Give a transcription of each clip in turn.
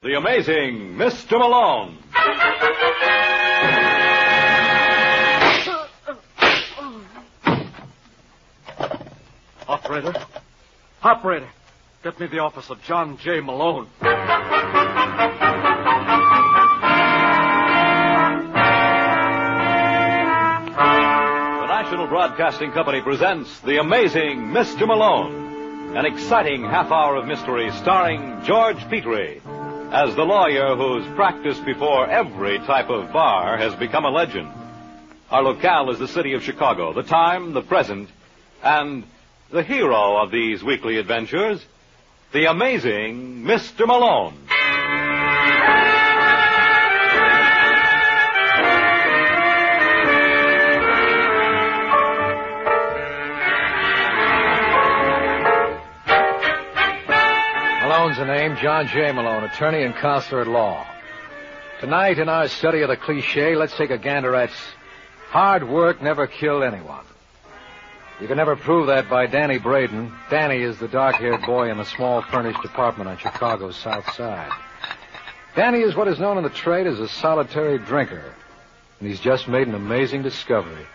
The amazing Mr. Malone. Operator? Operator, get me the office of John J. Malone. The National Broadcasting Company presents The Amazing Mr. Malone, an exciting half hour of mystery starring George Petrie as the lawyer whose practice before every type of bar has become a legend. Our locale is the city of Chicago, the time, the present, and the hero of these weekly adventures, The Amazing Mr. Malone. Malone's the name, John J. Malone, attorney and counselor at law. Tonight, in our study of the cliche, let's take a gander at hard work never killed anyone. You can never prove that by Danny Braden. Danny is the dark-haired boy in a small furnished apartment on Chicago's south side. Danny is what is known in the trade as a solitary drinker, and he's just made an amazing discovery.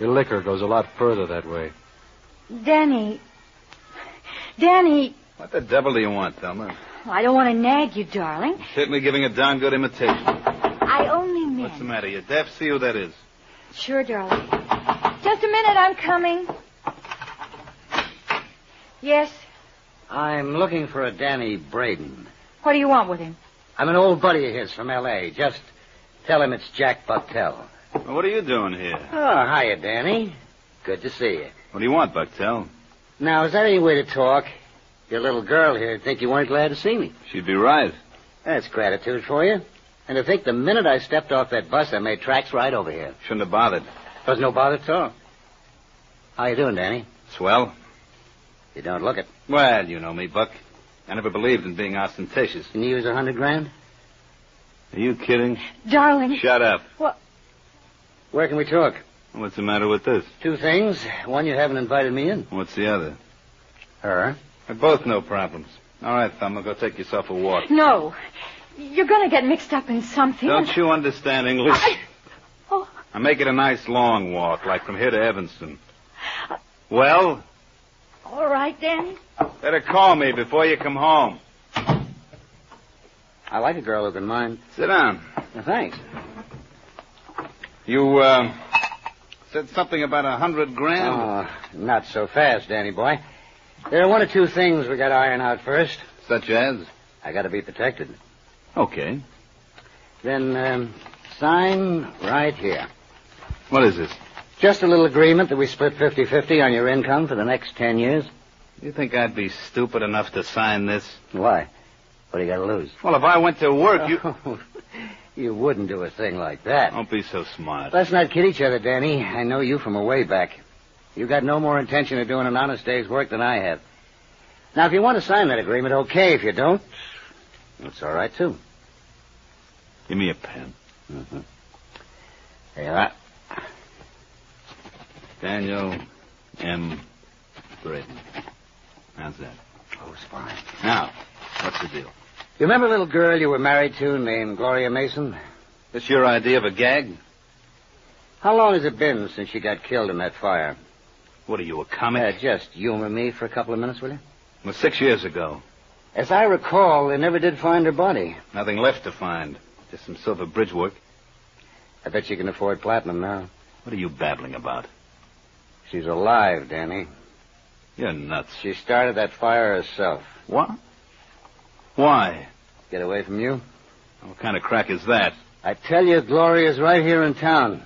Your liquor goes a lot further that way. Danny. Danny, What the devil do you want, Thelma? I don't want to nag you, darling. Certainly giving a darn good imitation. I only meant. What's the matter? You deaf? See who that is. Sure, darling. Just a minute, I'm coming. Yes. I'm looking for a Danny Braden. What do you want with him? I'm an old buddy of his from L.A. Just tell him it's Jack Bucktel. Well, what are you doing here? Oh, hiya, Danny. Good to see you. What do you want, Bucktel? Now, is that any way to talk? Your little girl here think you weren't glad to see me. She'd be right. That's gratitude for you. And to think the minute I stepped off that bus, I made tracks right over here. Shouldn't have bothered. Was no bother at all. How you doing, Danny? Swell. You don't look it. Well, you know me, Buck. I never believed in being ostentatious. Can you use a hundred grand? Are you kidding? Darling. Shut up. Where can we talk? What's the matter with this? Two things. One, you haven't invited me in. What's the other? Her. They're both no problems. All right, Thelma, go take yourself a walk. No. You're going to get mixed up in something. Don't you understand English? I- Oh, I make it a nice long walk, like from here to Evanston. Well, all right, Danny. better call me before you come home. I like a girl who can mind. Sit down. Thanks. You, uh, said something about a hundred grand? Oh, not so fast, Danny boy. There are one or two things we got to iron out first. Such as? I got to be protected. Okay. Then um, sign right here. What is this? Just a little agreement that we split 50-50 on your income for the next 10 years. You think I'd be stupid enough to sign this? Why? What do you got to lose? Well, if I went to work, you. Oh, you wouldn't do a thing like that. Don't be so smart. Let's not kid each other, Danny. I know you from a way back. You got no more intention of doing an honest day's work than I have. Now, if you want to sign that agreement, okay. If you don't, it's all right, too. Give me a pen. Mm-hmm. There you are. Daniel M. Braden. How's that? Oh, fine. Now, what's the deal? You remember a little girl you were married to named Gloria Mason? This your idea of a gag? How long has it been since she got killed in that fire? What are you, a comic? Uh, just humor me for a couple of minutes, will you? Well, six years ago. As I recall, they never did find her body. Nothing left to find. Just some silver bridge work. I bet you can afford platinum now. What are you babbling about? She's alive, Danny. You're nuts. She started that fire herself. What? Why? Get away from you? What kind of crack is that? I tell you, Gloria's right here in town.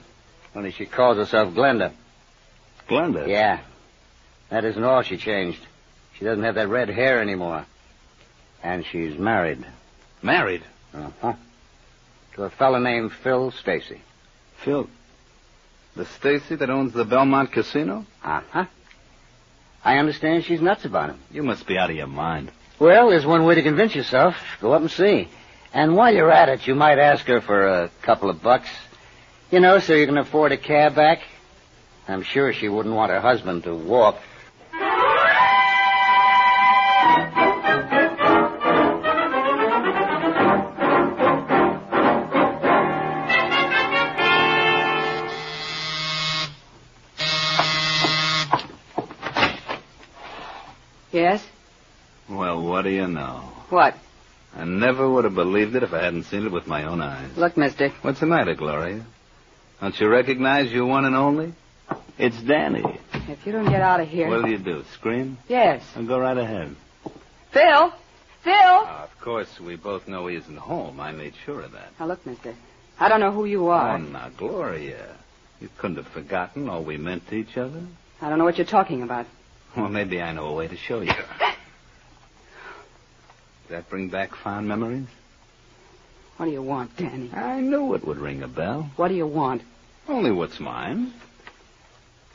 Only she calls herself Glenda. Glenda. Yeah. That isn't all she changed. She doesn't have that red hair anymore. And she's married. Married. Uh-huh. To a fellow named Phil Stacy. Phil. The Stacy that owns the Belmont Casino? Uh-huh. I understand she's nuts about him. You must be out of your mind. Well, there's one way to convince yourself. Go up and see. And while you're at it, you might ask her for a couple of bucks. You know, so you can afford a cab back. I'm sure she wouldn't want her husband to walk. do you know? What? I never would have believed it if I hadn't seen it with my own eyes. Look, mister. What's the matter, Gloria? Don't you recognize your one and only? It's Danny. If you don't get out of here. What'll you do? Scream? Yes. Well, go right ahead. Phil? Phil? Now, Ah, of course, we both know he isn't home. I made sure of that. Now, look, mister. I don't know who you are. Oh, now, Gloria. You couldn't have forgotten all we meant to each other. I don't know what you're talking about. Well, maybe I know a way to show you. Does that bring back fond memories? What do you want, Danny? I knew it would ring a bell. What do you want? Only what's mine.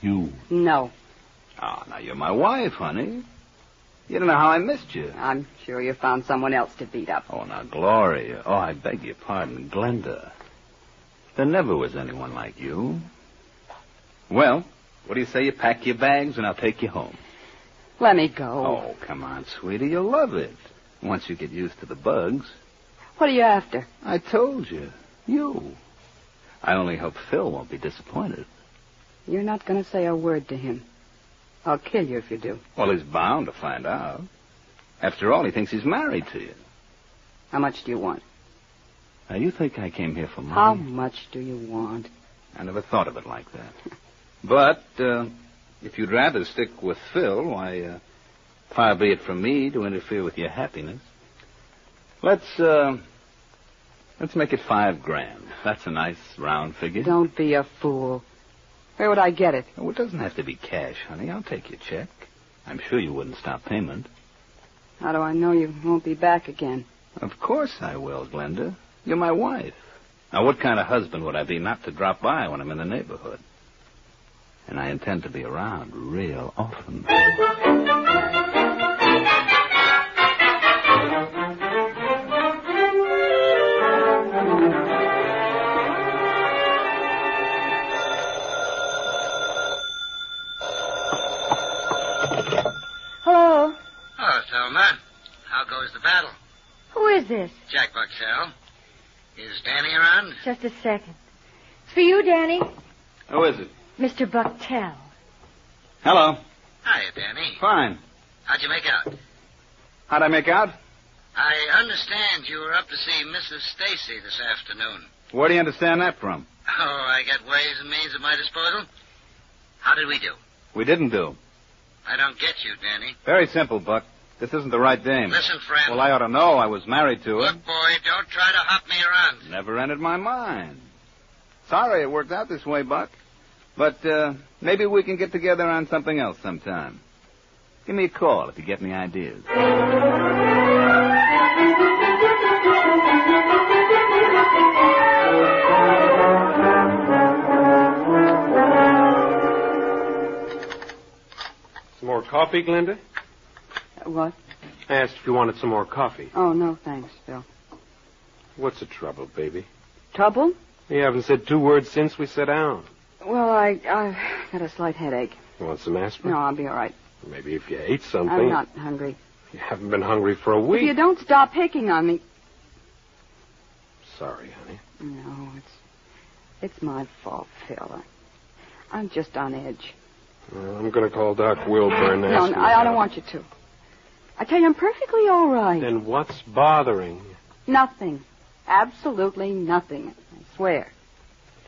You. No. Oh, now you're my wife, honey. You don't know how I missed you. I'm sure you found someone else to beat up. Oh, now, Gloria. Oh, I beg your pardon, Glenda. There never was anyone like you. Well, what do you say you pack your bags and I'll take you home? Let me go. Oh, come on, sweetie. You'll love it. Once you get used to the bugs. What are you after? I told you. You. I only hope Phil won't be disappointed. You're not going to say a word to him. I'll kill you if you do. Well, he's bound to find out. After all, he thinks he's married to you. How much do you want? Now, you think I came here for money? How much do you want? I never thought of it like that. but, uh, if you'd rather stick with Phil, why, uh, far be it from me to interfere with your happiness. Let's, uh, let's make it five grand. That's a nice round figure. Don't be a fool. Where would I get it? Oh, it doesn't have to be cash, honey. I'll take your check. I'm sure you wouldn't stop payment. How do I know you won't be back again? Of course I will, Glenda. You're my wife. Now, what kind of husband would I be not to drop by when I'm in the neighborhood? And I intend to be around real often. Hello. Oh, Thelma. How goes the battle? Who is this? Jack Buxell. Is Danny around? Just a second. It's for you, Danny. Who is it? Mr. Bucktel. Hello. Hiya, Danny. Fine. How'd you make out? How'd I make out? I understand you were up to see Mrs. Stacy this afternoon. Where do you understand that from? Oh, I got ways and means at my disposal. How did we do? We didn't do. I don't get you, Danny. Very simple, Buck. This isn't the right dame. Listen, friend. Well, I ought to know. I was married to her. Look, boy, don't try to hop me around. Never entered my mind. Sorry it worked out this way, Buck. But uh, maybe we can get together on something else sometime. Give me a call if you get any ideas. Some more coffee, Glenda? What? I asked if you wanted some more coffee. Oh, no, thanks, Phil. What's the trouble, baby? Trouble? You haven't said two words since we sat down. Well, I, I've got a slight headache. You want some aspirin? No, I'll be all right. Maybe if you ate something. I'm not hungry. You haven't been hungry for a If week. you don't stop picking on me. Sorry, honey. No, it's it's my fault, Phil. I, I'm just on edge. Well, I'm going to call Doc Wilburn. and no, ask no him I, I about don't it. want you to. I tell you, I'm perfectly all right. Then what's bothering you? Nothing. Absolutely nothing. I swear.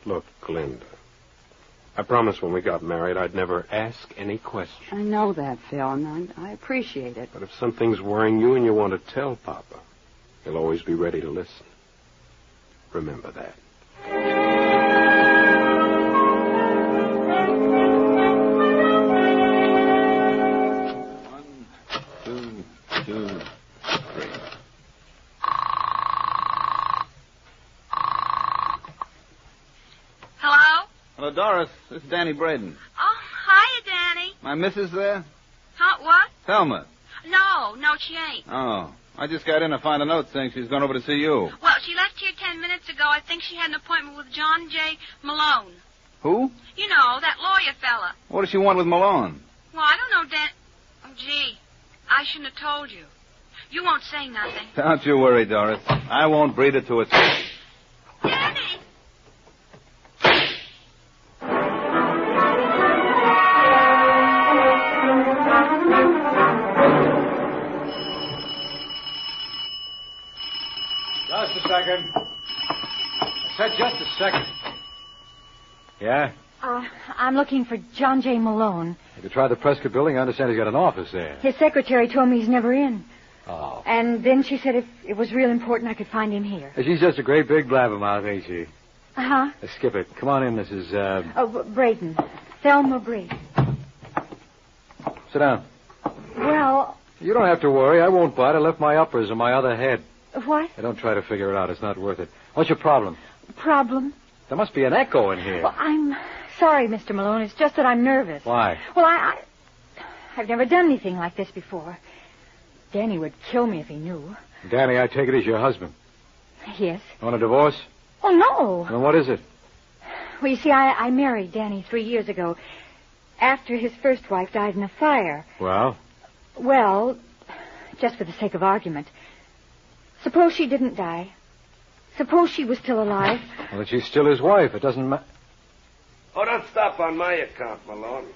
Look, Glenda. I promised when we got married I'd never ask any questions. I know that, Phil, and I, I appreciate it. But if something's worrying you and you want to tell Papa, he'll always be ready to listen. Remember that. Two, two, three. Hello? Hello, Doris. This is Danny Braden. Oh, hiya, Danny. My missus there? Huh, what? Thelma. No, no, she ain't. Oh. I just got in to find a note saying she's gone over to see you. Well, she left here ten minutes ago. I think she had an appointment with John J. Malone. Who? You know, that lawyer fella. What does she want with Malone? Well, I don't know, Dan... Oh, gee. I shouldn't have told you. You won't say nothing. Don't you worry, Doris. I won't breathe it to her. Danny! Just a second. I said just a second. Yeah? Uh, I'm looking for John J. Malone. If you try the Prescott building, I understand he's got an office there. His secretary told me he's never in. Oh. And then she said if it was real important, I could find him here. She's just a great big blabbermouth, ain't she? Uh-huh. Uh, Skip it. Come on in, Mrs. Uh, Oh, B- Braden. Thelma Braden. sit down. Well, You don't have to worry. I won't bite. I left my uppers in my other head. what I don't try to figure it out. It's not worth it. What's your problem? problem? There must be an echo in here. Well, I'm sorry, Mr. Malone. It's just that I'm nervous. Why? Well, I, I... I've never done anything like this before. Danny would kill me if he knew. Danny, I take it he's your husband. Yes. Want a divorce? Oh, no. Then what is it? Well, you see, I, I married Danny three years ago after his first wife died in a fire. Well, Well, just for the sake of argument, suppose she didn't die. Suppose she was still alive. well, that she's still his wife. It doesn't matter. Oh, don't stop on my account, Malone.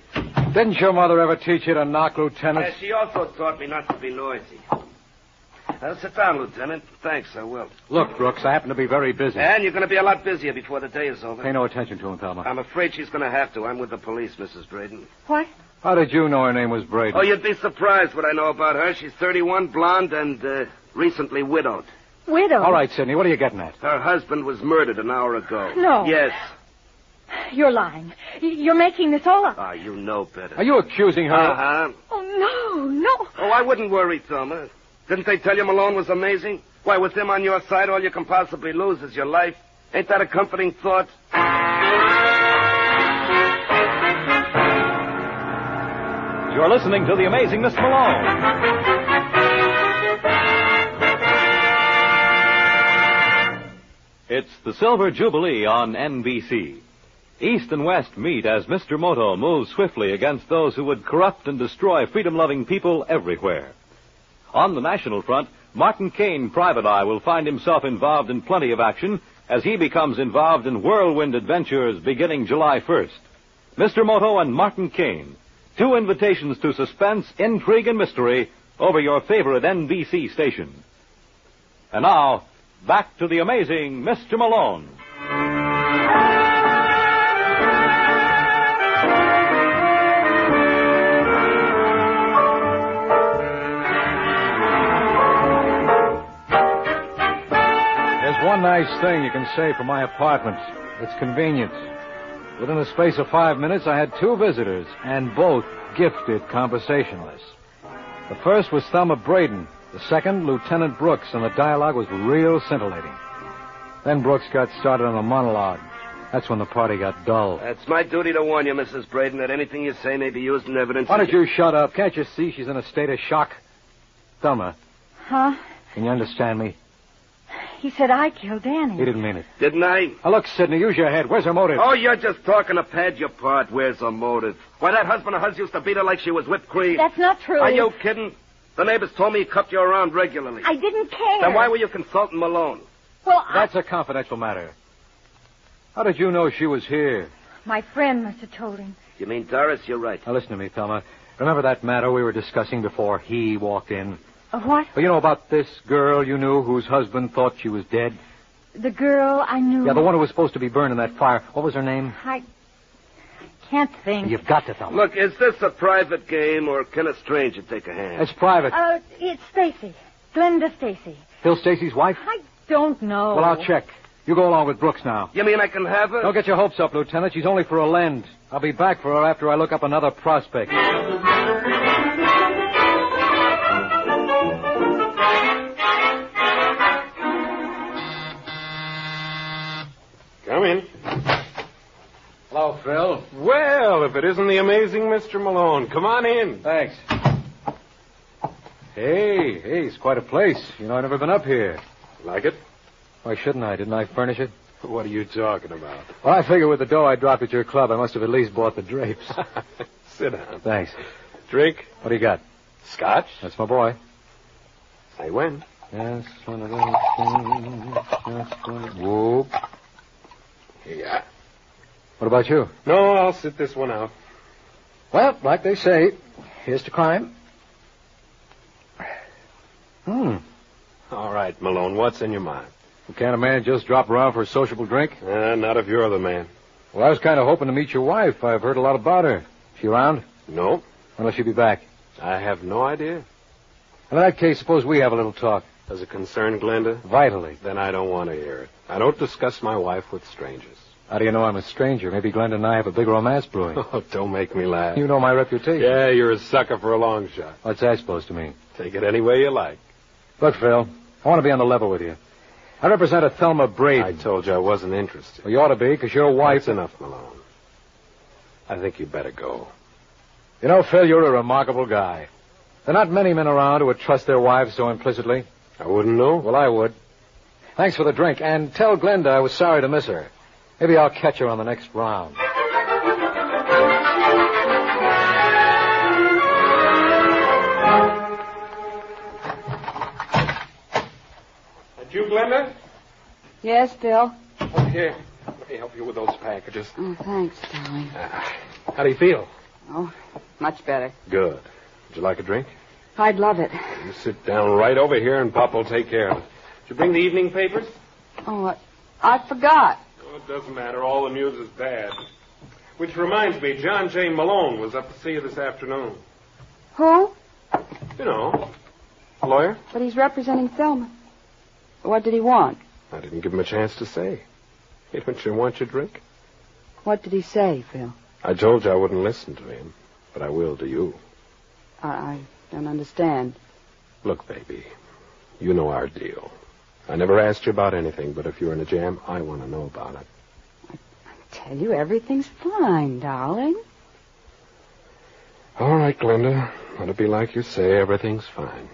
Didn't your mother ever teach you to knock, Lieutenant? Uh, she also taught me not to be noisy. Uh, sit down, Lieutenant. Thanks, I will. Look, Brooks, I happen to be very busy. And you're going to be a lot busier before the day is over. Pay no attention to him, Thelma. I'm afraid she's going to have to. I'm with the police, Mrs. Braden. What? How did you know her name was Braden? Oh, you'd be surprised what I know about her. She's 31, blonde, and uh, recently widowed. Widow? All right, Sidney, what are you getting at? Her husband was murdered an hour ago. No. Yes. You're lying. Y- You're making this all up. Ah, you know better. Are you accusing her? Uh-huh. oh, no, no. Oh, I wouldn't worry, Thelma. Didn't they tell you Malone was amazing? Why, with him on your side, all you can possibly lose is your life. Ain't that a comforting thought? You're listening to The Amazing Miss Malone. It's the Silver Jubilee on NBC. East and West meet as Mr. Moto moves swiftly against those who would corrupt and destroy freedom loving people everywhere. On the national front, Martin Kane, Private Eye, will find himself involved in plenty of action as he becomes involved in whirlwind adventures beginning July 1st. Mr. Moto and Martin Kane, two invitations to suspense, intrigue, and mystery over your favorite NBC station. And now, back to the amazing Mr. Malone. There's one nice thing you can say for my apartment. It's convenient. Within the space of five minutes, I had two visitors, and both gifted conversationalists. The first was Thelma Braden, the second, Lieutenant Brooks, and the dialogue was real scintillating. Then Brooks got started on a monologue. That's when the party got dull. It's my duty to warn you, Mrs. Braden, that anything you say may be used in evidence. Why don't you shut up? Can't you see she's in a state of shock? Thelma, Huh? can you understand me? He said I killed Danny. He didn't mean it. Didn't I? Now look, Sidney, use your head. Where's her motive? Oh, you're just talking to pad your part. Where's her motive? Why, that husband of hers used to beat her like she was whipped cream. That's not true. Are you kidding? The neighbors told me he cuffed you around regularly. I didn't care. Then why were you consulting Malone? Well, I- That's a confidential matter. How did you know she was here? my friend must have told him. You mean Doris? You're right. Now, listen to me, Thelma. Remember that matter we were discussing before he walked in? Uh, what? Well, you know about this girl you knew whose husband thought she was dead? The girl I knew. Yeah, the one who was supposed to be burned in that fire. What was her name? I can't think. You've got to, Thelma. Look, is this a private game, or can a stranger take a hand? It's private. Uh, it's Stacy. Glenda Stacy. Bill Stacy's wife? I don't know. Well, I'll check. You go along with Brooks now. You mean I can have her? Don't get your hopes up, Lieutenant. She's only for a lend. I'll be back for her after I look up another prospect. Come in. Hello, Phil. Well, if it isn't the amazing Mr. Malone, come on in. Thanks. Hey, hey, it's quite a place. You know, I've never been up here. Like it? Why shouldn't I? Didn't I furnish it? What are you talking about? Well, I figure with the dough I dropped at your club, I must have at least bought the drapes. Sit down. Thanks. Drink. What do you got? Scotch. That's my boy. Say when. Yes, one of those things. Just one- Whoop. Yeah. What about you? No, I'll sit this one out. Well, like they say, here's to crime. Hmm. All right, Malone, what's in your mind? Well, can't a man just drop around for a sociable drink? Eh, not if you're the man. Well, I was kind of hoping to meet your wife. I've heard a lot about her. She around? No, When'll she be back? I have no idea. In that case, suppose we have a little talk. Does it concern Glenda? Vitally. Then I don't want to hear it. I don't discuss my wife with strangers. How do you know I'm a stranger? Maybe Glenda and I have a big romance brewing. Oh, don't make me laugh. you know my reputation. Yeah, you're a sucker for a long shot. What's that supposed to mean? Take it any way you like. Look, Phil, I want to be on the level with you. I represent a Thelma Braden. I told you I wasn't interested. Well, you ought to be, because your wife... That's enough, Malone. I think you better go. You know, Phil, you're a remarkable guy. There are not many men around who would trust their wives so implicitly. I wouldn't know. Well, I would. Thanks for the drink, and tell Glenda I was sorry to miss her. Maybe I'll catch her on the next round. That you, Glenda? Yes, Bill. Oh, here. Let me help you with those packages. Oh, thanks, darling. Ah. How do you feel? Oh, much better. Good. Would you like a drink? I'd love it. You sit down right over here, and Pop will take care of it. Did you bring the evening papers? Oh, I, I forgot. Oh, it doesn't matter. All the news is bad. Which reminds me, John J. Malone was up to see you this afternoon. Who? You know, a lawyer. But he's representing Thelma. What did he want? I didn't give him a chance to say. Hey, don't you want your drink? What did he say, Phil? I told you I wouldn't listen to him, but I will to you. I, I don't understand. Look, baby, you know our deal. I never asked you about anything, but if you're in a jam, I want to know about it. I tell you, everything's fine, darling. All right, Glenda. Let it be like you say. Everything's fine.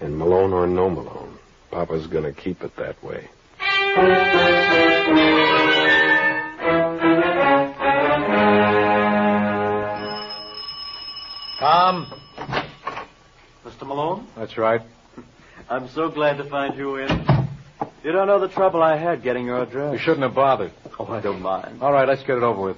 And Malone or no Malone, Papa's going to keep it that way. Tom. Mr. Malone, That's right. I'm so glad to find you in. You don't know the trouble I had getting your You address. shouldn't have bothered. Oh, I don't mind. All right, let's get it over with.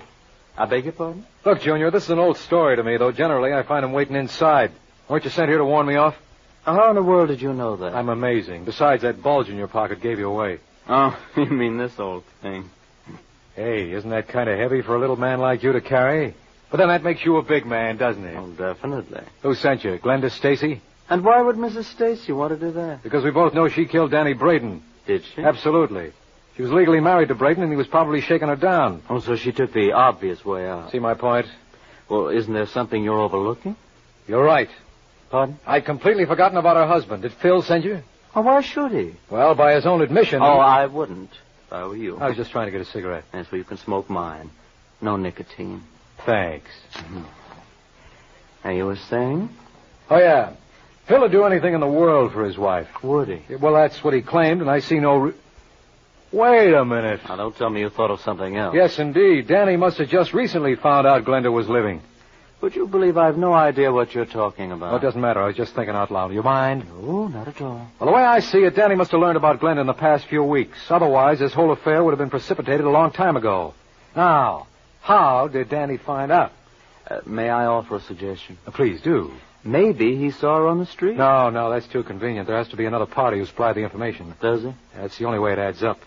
I beg your pardon? Look, Junior, this is an old story to me, though generally I find him waiting inside. Weren't you sent here to warn me off? How in the world did you know that? I'm amazing. Besides, that bulge in your pocket gave you away. Oh, you mean this old thing. Hey, isn't that kind of heavy for a little man like you to carry? But then that makes you a big man, doesn't it? Oh, definitely. Who sent you? Glenda Stacy? And why would Mrs. Stacy want to do that? Because we both know she killed Danny Braden. Did she? Absolutely. She was legally married to Braden, and he was probably shaking her down. Oh, so she took the obvious way out. See my point? Well, isn't there something you're overlooking? You're right. Pardon? I'd completely forgotten about her husband. Did Phil send you? Oh, why should he? Well, by his own admission. Oh, I wouldn't. If I were you. I was just trying to get a cigarette. And so you can smoke mine. No nicotine. Thanks. Now, you were saying? Oh, yeah. Phil would do anything in the world for his wife. Would he? Well, that's what he claimed, and I see no. Re- Wait a minute. Now, don't tell me you thought of something else. Yes, indeed. Danny must have just recently found out Glenda was living. Would you believe I've no idea what you're talking about? Well, it doesn't matter. I was just thinking out loud. You mind? No, not at all. Well, the way I see it, Danny must have learned about Glenda in the past few weeks. Otherwise, this whole affair would have been precipitated a long time ago. Now, how did Danny find out? Uh, may I offer a suggestion? Uh, Please do. Maybe he saw her on the street. No, no, that's too convenient. There has to be another party who supplied the information. Does he? That's the only way it adds up.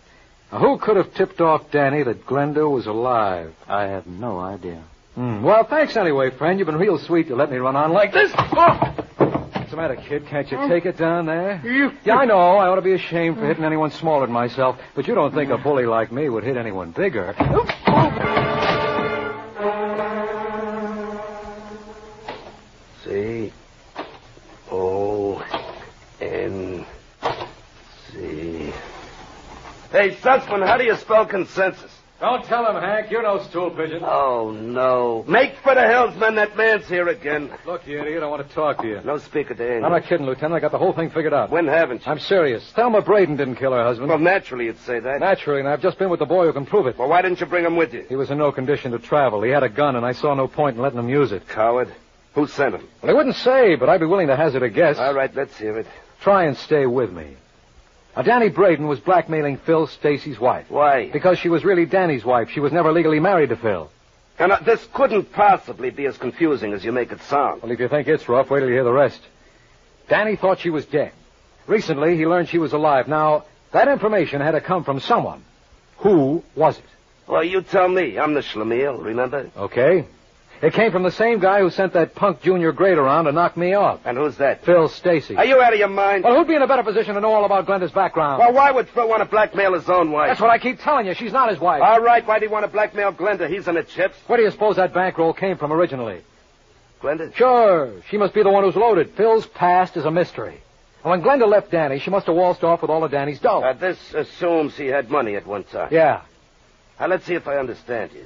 Now, who could have tipped off Danny that Glenda was alive? I have no idea. Hmm. Well, thanks anyway, friend. You've been real sweet to let me run on like this. Oh! What's the matter, kid? Can't you take it down there? Yeah, I know. I ought to be ashamed for hitting anyone smaller than myself, but you don't think a bully like me would hit anyone bigger. C Oh, O N C. Hey, Sussman, how do you spell consensus? Don't tell him, Hank. You're no stool pigeon. Oh, no. Make for the hills, men. That man's here again. Look, you idiot. I want to talk to you. No speaker to I'm English. not kidding, Lieutenant. I got the whole thing figured out. When haven't you? I'm serious. Thelma Braden didn't kill her husband. Well, naturally you'd say that. Naturally, and I've just been with the boy who can prove it. Well, why didn't you bring him with you? He was in no condition to travel. He had a gun, and I saw no point in letting him use it. Coward. Who sent him? Well, he wouldn't say, but I'd be willing to hazard a guess. All right, let's hear it. Try and stay with me. Now, Danny Braden was blackmailing Phil Stacy's wife. Why? Because she was really Danny's wife. She was never legally married to Phil. And uh, this couldn't possibly be as confusing as you make it sound. Well, if you think it's rough, wait till you hear the rest. Danny thought she was dead. Recently, he learned she was alive. Now, That information had to come from someone. Who was it? Well, you tell me. I'm the schlemiel, remember? Okay. It came from the same guy who sent that punk junior grade around to knock me off. And who's that? Phil Stacy. Are you out of your mind? Well, who'd be in a better position to know all about Glenda's background? Well, why would Phil want to blackmail his own wife? That's what I keep telling you. She's not his wife. All right, why do you want to blackmail Glenda? He's in the chips. Where do you suppose that bankroll came from originally? Glenda? Sure. She must be the one who's loaded. Phil's past is a mystery. And when Glenda left Danny, she must have waltzed off with all of Danny's dough. Uh, this assumes he had money at one time. Yeah. Now, let's see if I understand you.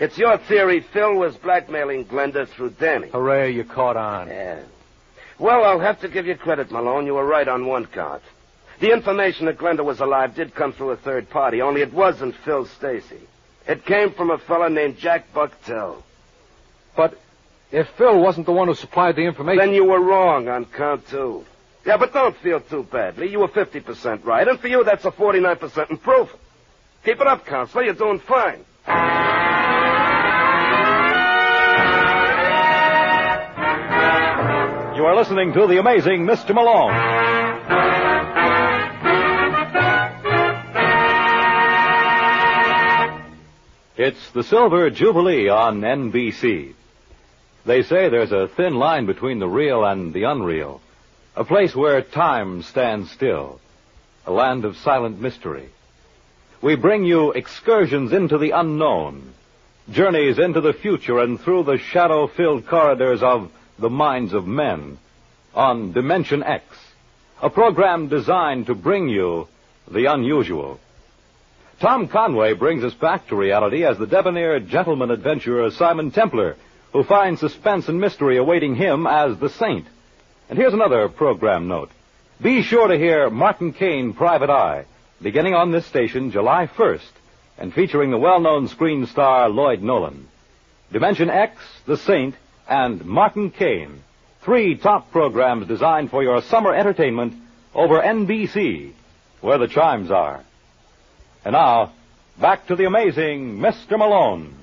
It's your theory Phil was blackmailing Glenda through Danny. Hooray, you caught on. Yeah. Well, I'll have to give you credit, Malone. You were right on one count. The information that Glenda was alive did come through a third party, only it wasn't Phil Stacy. It came from a fellow named Jack Bucktel. But if Phil wasn't the one who supplied the information. Then you were wrong on count two. Yeah, but don't feel too badly. You were 50% right, and for you, that's a 49% improvement. Keep it up, Counselor. You're doing fine. You are listening to The Amazing Mr. Malone. It's the Silver Jubilee on NBC. They say there's a thin line between the real and the unreal, a place where time stands still, a land of silent mystery. We bring you excursions into the unknown, journeys into the future and through the shadow-filled corridors of the minds of men on Dimension X, a program designed to bring you the unusual. Tom Conway brings us back to reality as the debonair gentleman adventurer Simon Templar, who finds suspense and mystery awaiting him as the saint. And here's another program note. Be sure to hear Martin Kane Private Eye, beginning on this station July 1st, and featuring the well-known screen star Lloyd Nolan. Dimension X, The Saint, and Martin Kane. Three top programs designed for your summer entertainment over NBC, where the chimes are. And now, back to the amazing Mr. Malone.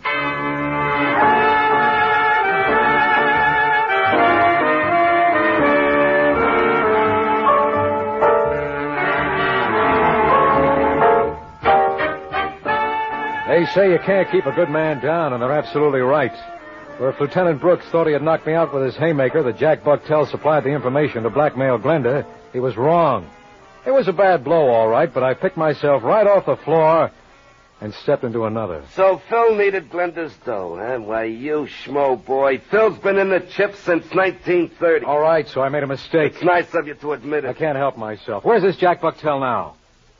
They say you can't keep a good man down, and they're absolutely right. For if Lieutenant Brooks thought he had knocked me out with his haymaker that Jack Bucktel supplied the information to blackmail Glenda, he was wrong. It was a bad blow, all right, but I picked myself right off the floor and stepped into another. So Phil needed Glenda's dough, huh? Why, you schmo boy. Phil's been in the chips since 1930. All right, so I made a mistake. It's nice of you to admit I it. can't help myself. Where's this Jack Bucktel now?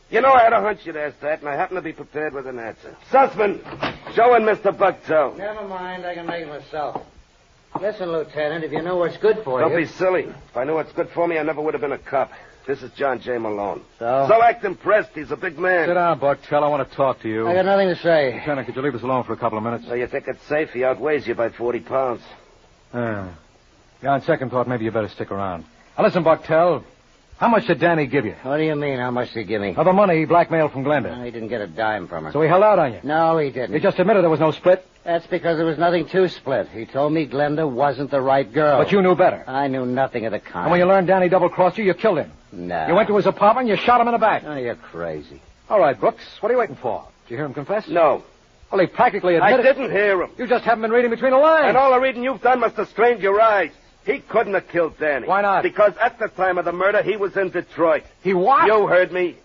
You know, I had a hunch you'd ask that, and I happen to be prepared with an answer. Sussman, show in Mr. Bucktown. Never mind. I can make it myself. Listen, Lieutenant, if you know what's good for Don't you. be silly. If I knew what's good for me, I never would have been a cop. This is John J. Malone. So? So act impressed. He's a big man. Sit down, Bucktel. I want to talk to you. I got nothing to say. Lieutenant, could you leave us alone for a couple of minutes? So you think it's safe? He outweighs you by 40 pounds. Uh, yeah, on second thought, maybe you better stick around. Now, listen, Bucktel. How much did Danny give you? What do you mean? How much did he give me? Of the money he blackmailed from No, Glenda. he didn't get a dime from her. So he held out on you. No, he didn't. You just admitted there was no split, That's because there was nothing to split. He told me Glenda wasn't the right girl. but you knew better. I knew nothing of the kind. And when you learned Danny double-crossed you, you killed him. No. You went to his apartment and you shot him in the back. Oh, you're crazy. All right, Brooks, what are you waiting for? Did you hear him confess? No. Well, he practically I admitted... didn't hear him. You just haven't been reading between the lines. And all the reading you've done must have strained your eyes. He couldn't have killed Danny. Why not? Because at the time of the murder, he was in Detroit. He what? You heard me.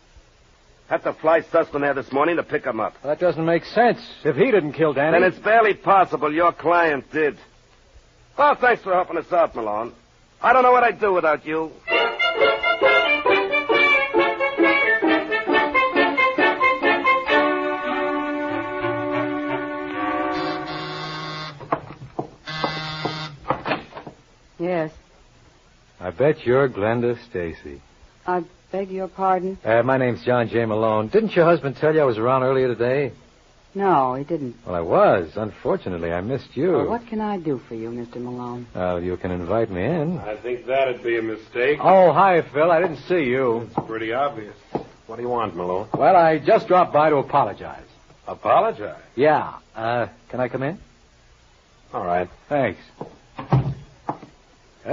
Had to fly Sussman there this morning to pick him up. That doesn't make sense. If he didn't kill Danny... And it's barely possible your client did. Well, thanks for helping us out, Malone. I don't know what I'd do without you. Yes. I bet you're Glenda Stacy. I beg your pardon? Uh, my name's John J. Malone. Didn't your husband tell you I was around earlier today? No, he didn't. Well, I was. Unfortunately, I missed you. Well, what can I do for you, Mr. Malone? Well, you can invite me in. I think that'd be a mistake. Oh, hi, Phil. I didn't see you. It's pretty obvious. What do you want, Malone? Well, I just dropped by to apologize. Apologize. Yeah. Uh, can I come in? All right. Thanks. Uh,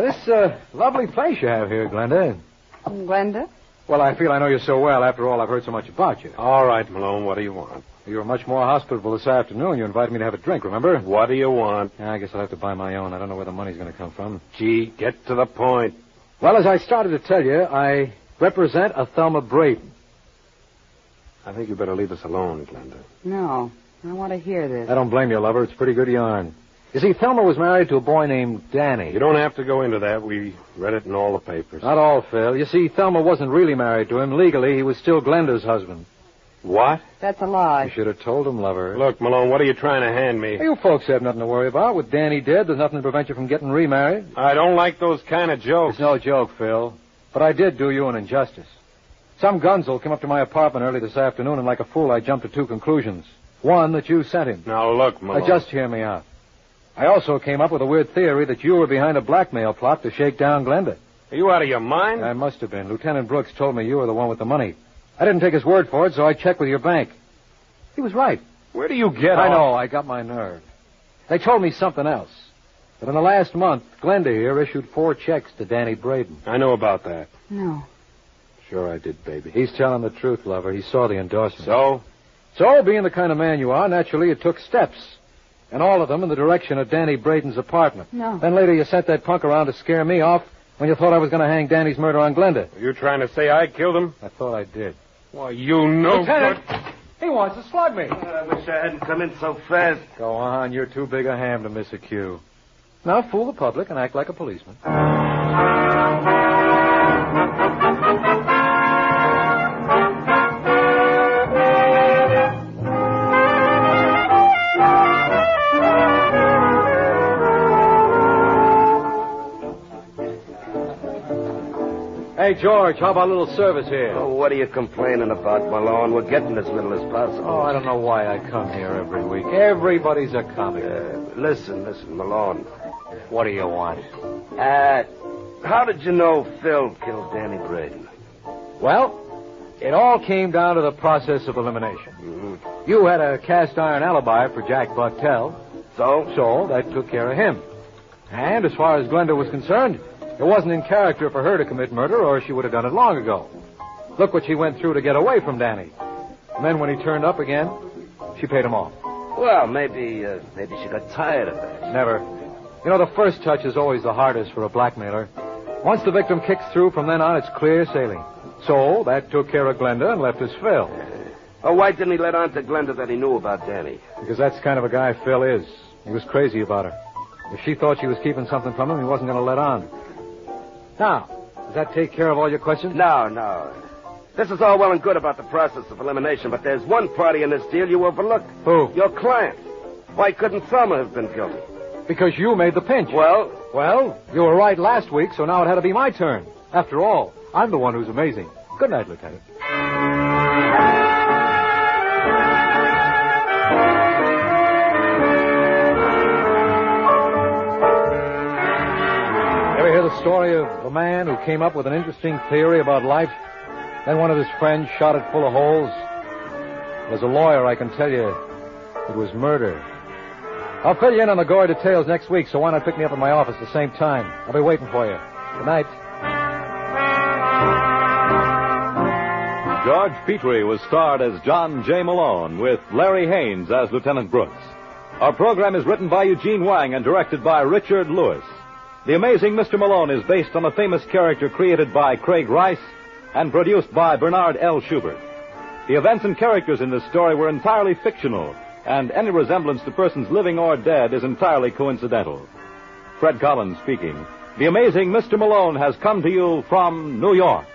this uh, lovely place you have here, Glenda. Glenda? Well, I feel I know you so well. After all, I've heard so much about you. All right, Malone, what do you want? You were much more hospitable this afternoon. You invited me to have a drink, remember? What do you want? Yeah, I guess I'll have to buy my own. I don't know where the money's going to come from. Gee, get to the point. Well, as I started to tell you, I represent a Thelma Braden. I think you better leave us alone, Glenda. No, I want to hear this. I don't blame you, lover. It's a pretty good yarn. You see, Thelma was married to a boy named Danny. You don't have to go into that. We read it in all the papers. Not all, Phil. You see, Thelma wasn't really married to him. Legally, he was still Glenda's husband. What? That's a lie. You should have told him, lover. Look, Malone, what are you trying to hand me? You folks have nothing to worry about. With Danny dead, there's nothing to prevent you from getting remarried. I don't like those kind of jokes. It's no joke, Phil. But I did do you an injustice. Some gunzel came up to my apartment early this afternoon, and like a fool, I jumped to two conclusions. One, that you sent him. Now, look, Malone. Now, just hear me out. I also came up with a weird theory that you were behind a blackmail plot to shake down Glenda. Are you out of your mind? I must have been. Lieutenant Brooks told me you were the one with the money. I didn't take his word for it, so I checked with your bank. He was right. Where do you get I off? know, I got my nerve. They told me something else. That in the last month, Glenda here issued four checks to Danny Braden. I know about that. No. Sure I did, baby. He's telling the truth, lover. He saw the endorsement. So? So, being the kind of man you are, naturally you took steps. And all of them in the direction of Danny Braden's apartment. No. Then later you sent that punk around to scare me off when you thought I was going to hang Danny's murder on Glenda. Are you trying to say I killed him? I thought I did. Why, you know. Lieutenant, he wants to slug me. I wish I hadn't come in so fast. Go on, you're too big a ham to miss a cue. Now fool the public and act like a policeman. Hey, George, how about a little service here? Oh, what are you complaining about, Malone? We're getting as little as possible. Oh, I don't know why I come here every week. Everybody's a comic. Uh, listen, listen, Malone. what do you want? Uh, how did you know Phil killed Danny Braden? Well, it all came down to the process of elimination. You had a cast iron alibi for Jack Bucktel, So? so that took care of him. And as far as Glenda was concerned, it wasn't in character for her to commit murder, or she would have done it long ago. Look what she went through to get away from Danny. And then when he turned up again, she paid him off. Well, maybe, uh, maybe she got tired of that. Never. You know, the first touch is always the hardest for a blackmailer. Once the victim kicks through, from then on, it's clear sailing. So that took care of Glenda and left us Phil. Oh, why didn't he let on to Glenda that he knew about Danny? Because that's the kind of a guy Phil is. He was crazy about her. If she thought she was keeping something from him, he wasn't going to let on. Now, does that take care of all your questions? No, no. This is all well and good about the process of elimination, but there's one party in this deal you overlooked. Who? Your client. Why couldn't Thelma have been guilty? Because you made the pinch. Well, Well, you were right last week, so now it had to be my turn. After all, I'm the one who's amazing. Good night, Lieutenant. Ever hear the story of the man who came up with an interesting theory about life? Then one of his friends shot it full of holes. As a lawyer, I can tell you, it was murder. I'll fill you in on the gory details next week, so why not pick me up at my office at the same time? I'll be waiting for you. Good night. George Petrie was starred as John J. Malone with Larry Haynes as Lieutenant Brooks. Our program is written by Eugene Wang and directed by Richard Lewis. The Amazing Mr. Malone is based on a famous character created by Craig Rice and produced by Bernard L. Schubert. The events and characters in this story were entirely fictional, and any resemblance to persons living or dead is entirely coincidental. Fred Collins speaking. The Amazing Mr. Malone has come to you from New York.